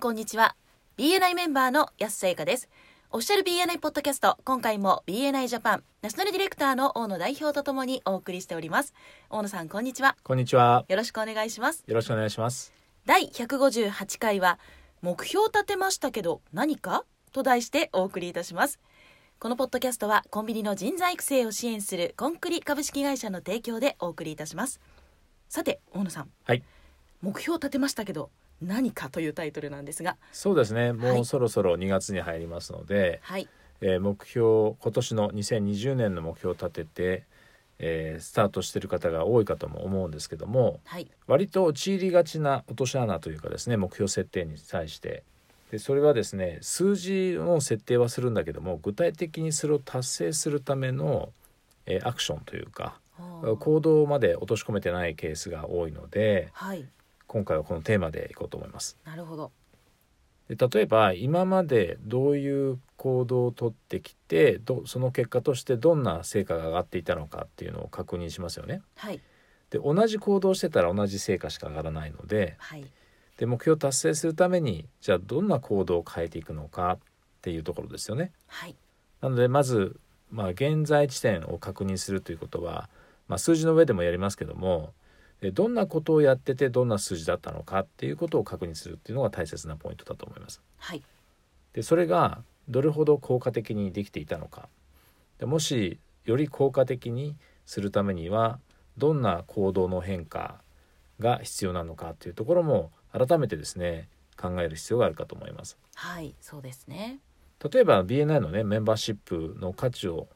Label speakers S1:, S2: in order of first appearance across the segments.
S1: こんにちは。BNI メンバーの安さゆかです。オフィシャル BNI ポッドキャスト、今回も BNI ジャパン、ナショナルディレクターの大野代表とともにお送りしております。大野さん、こんにちは。
S2: こんにちは。
S1: よろしくお願いします。
S2: よろしくお願いします。
S1: 第158回は「目標立てましたけど何か?」と題してお送りいたしますこのポッドキャストはコンビニの人材育成を支援するコンクリ株式会社の提供でお送りいたしますさて大野さん
S2: はい。
S1: 目標立てましたけど何かというタイトルなんですが
S2: そうですね。
S1: は
S2: も
S1: いう
S2: そろそろ2月に入りますので、
S1: はい
S2: えー目標今年の2020年の目標を立てて、えースタートしている方が多いかとも思うんですけども、
S1: はい
S2: 割と陥りがちな落とし穴というかですね、目標設定に対して。でそれはですね数字の設定はするんだけども具体的にそれを達成するための、えーアクションというか行動まで落とし込めてないケースが多いので
S1: はい
S2: 今回はこのテーマでいこうと思います。
S1: なるほど
S2: で例えば今までどういう行動をとってきてどその結果としてどんな成果が上がっていたのかっていうのを確認しますよね。
S1: はい
S2: で同じ行動をしてたら同じ成果しか上がらないので
S1: はい
S2: で目標を達成するためにじゃあどんな行動を変えていくのかっていうところですよね。
S1: はい
S2: なのでまず、まあ、現在地点を確認するということは、まあ、数字の上でもやりますけどもえどんなことをやっててどんな数字だったのかっていうことを確認するっていうのが大切なポイントだと思います。
S1: はい
S2: でそれがどれほど効果的にできていたのかでもしより効果的にするためにはどんな行動の変化が必要なのかというところも改めてですね考える必要があるかと思います
S1: はいそうですね
S2: 例えば BNI のねメンバーシップの価値を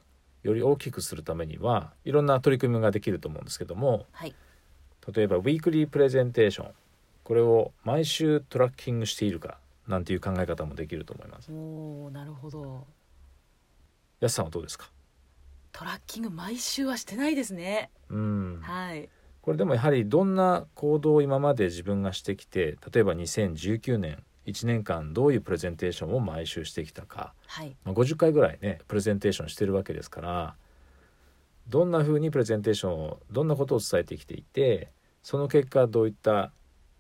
S2: より大きくするためにはいろんな取り組みができると思うんですけども
S1: はい
S2: 例えばウィークリープレゼンテーションこれを毎週トラッキングしているかなんていう考え方もできると思います
S1: おおなるほど
S2: 安さんはどうですか
S1: トラッキング毎週はしてないですね
S2: うん
S1: はい
S2: これでもやはりどんな行動を今まで自分がしてきて例えば2019年1年間どういうプレゼンテーションを毎週してきたか、
S1: はい
S2: まあ、50回ぐらいねプレゼンテーションしてるわけですからどんな風にプレゼンテーションをどんなことを伝えてきていてその結果どういった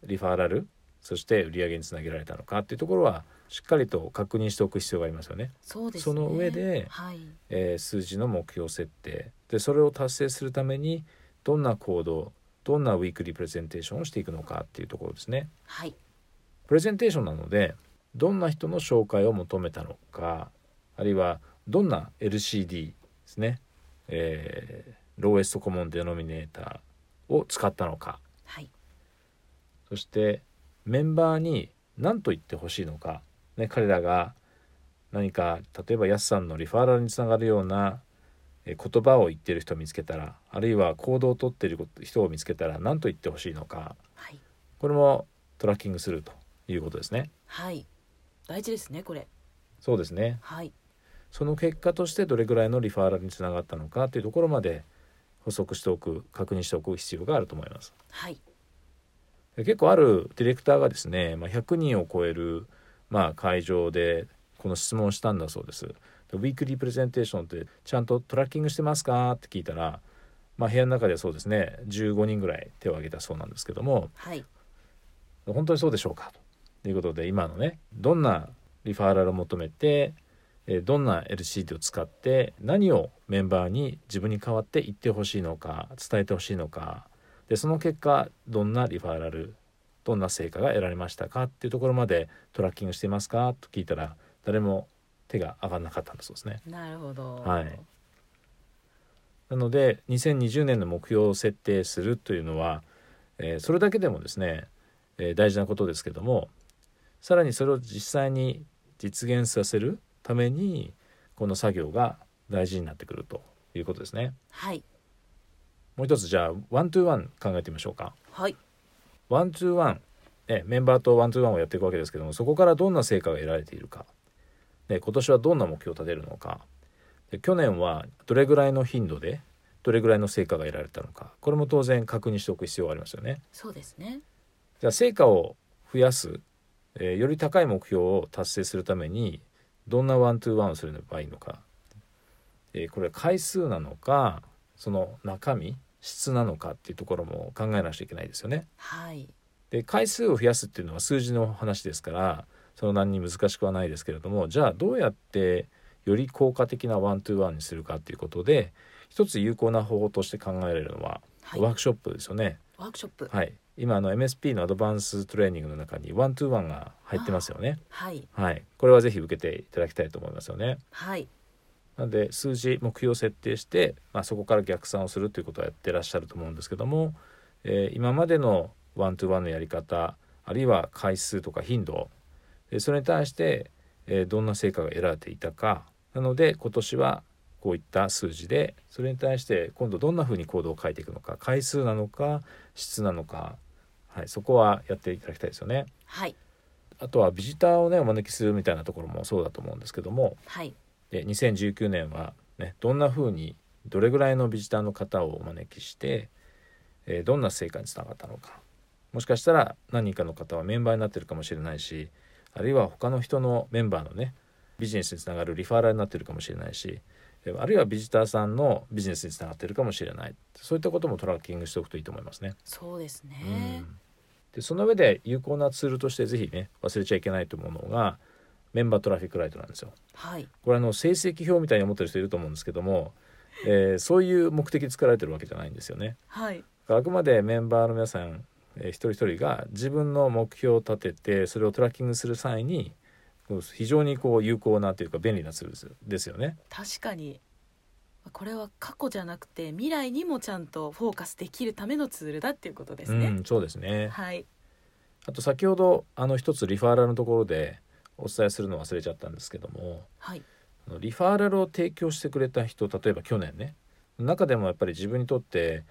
S2: リファラルそして売り上げにつなげられたのかっていうところはしっかりと確認しておく必要がありますよね。
S1: そうですね
S2: その上で
S1: はい
S2: えー数字の目標設定でそれを達成するためにどんな行動どんなウィークリープレゼンテーションをしていくのかっていうところですね
S1: はい
S2: プレゼンテーションなのでどんな人の紹介を求めたのかあるいはどんな LCD ですね、えーローエストコモンデノミネーターを使ったのか
S1: はい
S2: そしてメンバーに何と言ってほしいのか、ね、彼らが何か例えばヤスさんのリファーラルにつながるようなえー言葉を言ってる人を見つけたらあるいは行動をとってる人を見つけたら何と言ってほしいのか
S1: はい
S2: これもトラッキングするということですね。
S1: はい大事ですねこれ
S2: そうですね
S1: はい
S2: その結果としてどれぐらいのリファーラルにつながったのかというところまで補足しておく確認しておく必要があると思います。
S1: はい
S2: で結構あるディレクターがですね、まあ、100人を超える、まあ、会場でこの質問をしたんだそうです。でウィークリープレゼンテーションってちゃんとトラッキングしてますかって聞いたら、まあ、部屋の中ではそうですね15人ぐらい手を挙げたそうなんですけども
S1: はい
S2: 本当にそうでしょうかということで今のねどんなリファーラルを求めてえーどんな LCD を使って何をメンバーに自分に代わって言ってほしいのか伝えてほしいのかでその結果どんなリファーラルどんな成果が得られましたかっていうところまでトラッキングしていますかと聞いたら誰も手が上がらなかったんだそうですね。
S1: なるほど
S2: はいなので2020年の目標を設定するというのは、えーそれだけでもですね、えー大事なことですけどもさらにそれを実際に実現させるためにこの作業が大事になってくるということですね。
S1: はい
S2: もう一つじゃあワントゥーワン考えてみましょうか。
S1: はい
S2: ワンツーワン、ね、メンバーとワンツーワンをやっていくわけですけどもそこからどんな成果が得られているか、ね、今年はどんな目標を立てるのかで去年はどれぐらいの頻度でどれぐらいの成果が得られたのかこれも当然確認しておく必要がありますよね。
S1: そうですね
S2: じゃあ成果を増やす、えーより高い目標を達成するためにどんなワントゥーワンをすればいいのか、えーこれは回数なのかその中身質なのかっていうところも考えなくちゃいけないですよね。
S1: はい
S2: で回数を増やすっていうのは数字の話ですからその何に難しくはないですけれどもじゃあどうやってより効果的なワントゥーワンにするかっていうことで一つ有効な方法として考えられるのは、
S1: はい
S2: ワークショップですよね。
S1: ワークショップ
S2: はい、今あの MSP のアドバンストレーニングの中にワントゥーワンが入ってますよね。
S1: はい
S2: はい、これはぜひ受けていただきたいと思いますよね。
S1: はい
S2: なので数字目標を設定して、まあ、そこから逆算をするということをやってらっしゃると思うんですけども、えー今までのワントゥーワンのやり方あるいは回数とか頻度でそれに対して、えーどんな成果が得られていたかなので今年はこういった数字でそれに対して今度どんなふうに行動を変えていくのか回数なのか質なのか、はい、そこはやっていただきたいですよね。
S1: はい
S2: あとはビジターをねお招きするみたいなところもそうだと思うんですけども
S1: はい
S2: で2019年は、ね、どんな風にどれぐらいのビジターの方をお招きして、えーどんな成果につながったのかもしかしたら何人かの方はメンバーになってるかもしれないしあるいは他の人のメンバーのねビジネスにつながるリファーラーになってるかもしれないしえーあるいはビジターさんのビジネスにつながってるかもしれないそういったこともトラッキングしておくといいと思いますね。
S1: そうです
S2: う
S1: ね
S2: んでその上で有効なツールとしてぜひね忘れちゃいけないと思うのがメンバートラフィックライトなんですよ。
S1: はい
S2: これあの成績表みたいに思ってる人いると思うんですけども、えーそういう目的で作られてるわけじゃないんですよね。
S1: はい
S2: あくまでメンバーの皆さん、えー一人一人が自分の目標を立ててそれをトラッキングする際にこう非常にこう有効なというか便利なツールですですよね。
S1: 確かにこれは過去じゃなくて未来にもちゃんとフォーカスできるためのツールだっていうことです
S2: う
S1: ね、
S2: ん、そうですね。
S1: はい
S2: あと先ほどあの一つリファーラルのところでお伝えするの忘れちゃったんですけども、
S1: はい
S2: あのリファーラルを提供してくれた人例えば去年ね中でもやっぱり自分にとって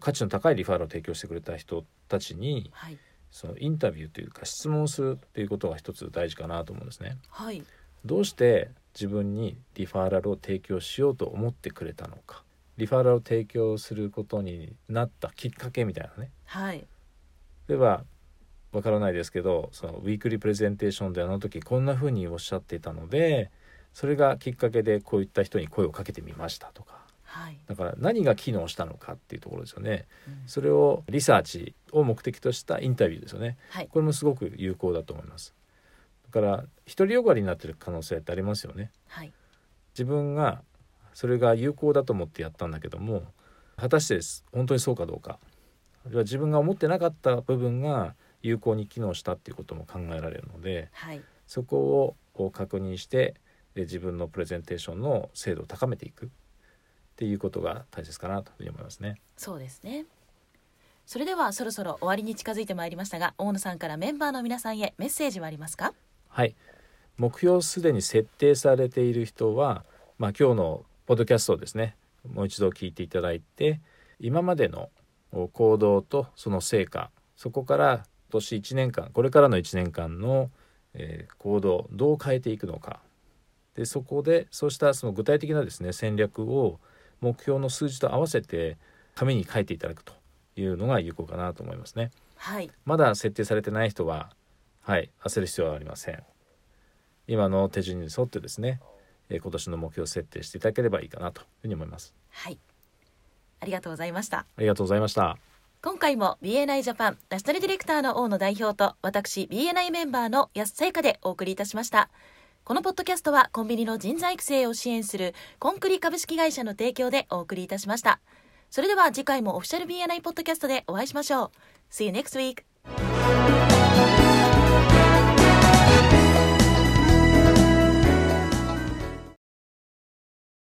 S2: 価値の高いリファーラルを提供してくれた人たちに
S1: はい
S2: そのインタビューというか質問をするっていうことが一つ大事かなと思うんですね。
S1: はい
S2: どうして自分にリファーラルを提供しようと思ってくれたのかリファーラルを提供することになったきっかけみたいなね
S1: はい
S2: 例えばわからないですけどそのウィークリープレゼンテーションであの時こんな風におっしゃっていたのでそれがきっかけでこういった人に声をかけてみましたとか
S1: はい、
S2: だから何が機能したのかっていうところですよね
S1: うん
S2: それをリサーチを目的としたインタビューですよね
S1: はい
S2: これもすごく有効だと思いますだから独りよがりになってる可能性ってありますよね
S1: はい
S2: 自分がそれが有効だと思ってやったんだけども果たしてです本当にそうかどうかあるいは自分が思ってなかった部分が有効に機能したっていうことも考えられるので
S1: はい
S2: そこをこう確認してで自分のプレゼンテーションの精度を高めていくっていうことが大切かなというふうに思いますね。
S1: そうですねそれではそろそろ終わりに近づいてまいりましたが大野さんからメンバーの皆さんへメッセージはありますか
S2: はい、目標をすでに設定されている人は、まあ、今日のポッドキャストをですねもう一度聞いていただいて今までのお行動とその成果そこから今年1年間これからの1年間の、えー行動どう変えていくのかでそこでそうしたその具体的なですね戦略を目標の数字と合わせて紙に書いていただくというのが有効かなと思いますね。
S1: はい
S2: まだ設定されてない人は、はい、焦る必要はありません。今の手順に沿ってですね、えー今年の目標を設定していただければいいかなというふうに思います。
S1: はいありがとうございました
S2: ありがとうございました。
S1: 今回も BNI ジャパンナショナルディレクターの大野代表と私 BNI メンバーの安さゆかでお送りいたしましたこのポッドキャストはコンビニの人材育成を支援するコンクリ株式会社の提供でお送りいたしましたそれでは次回もオフィシャル BNI ポッドキャストでお会いしましょう See you next week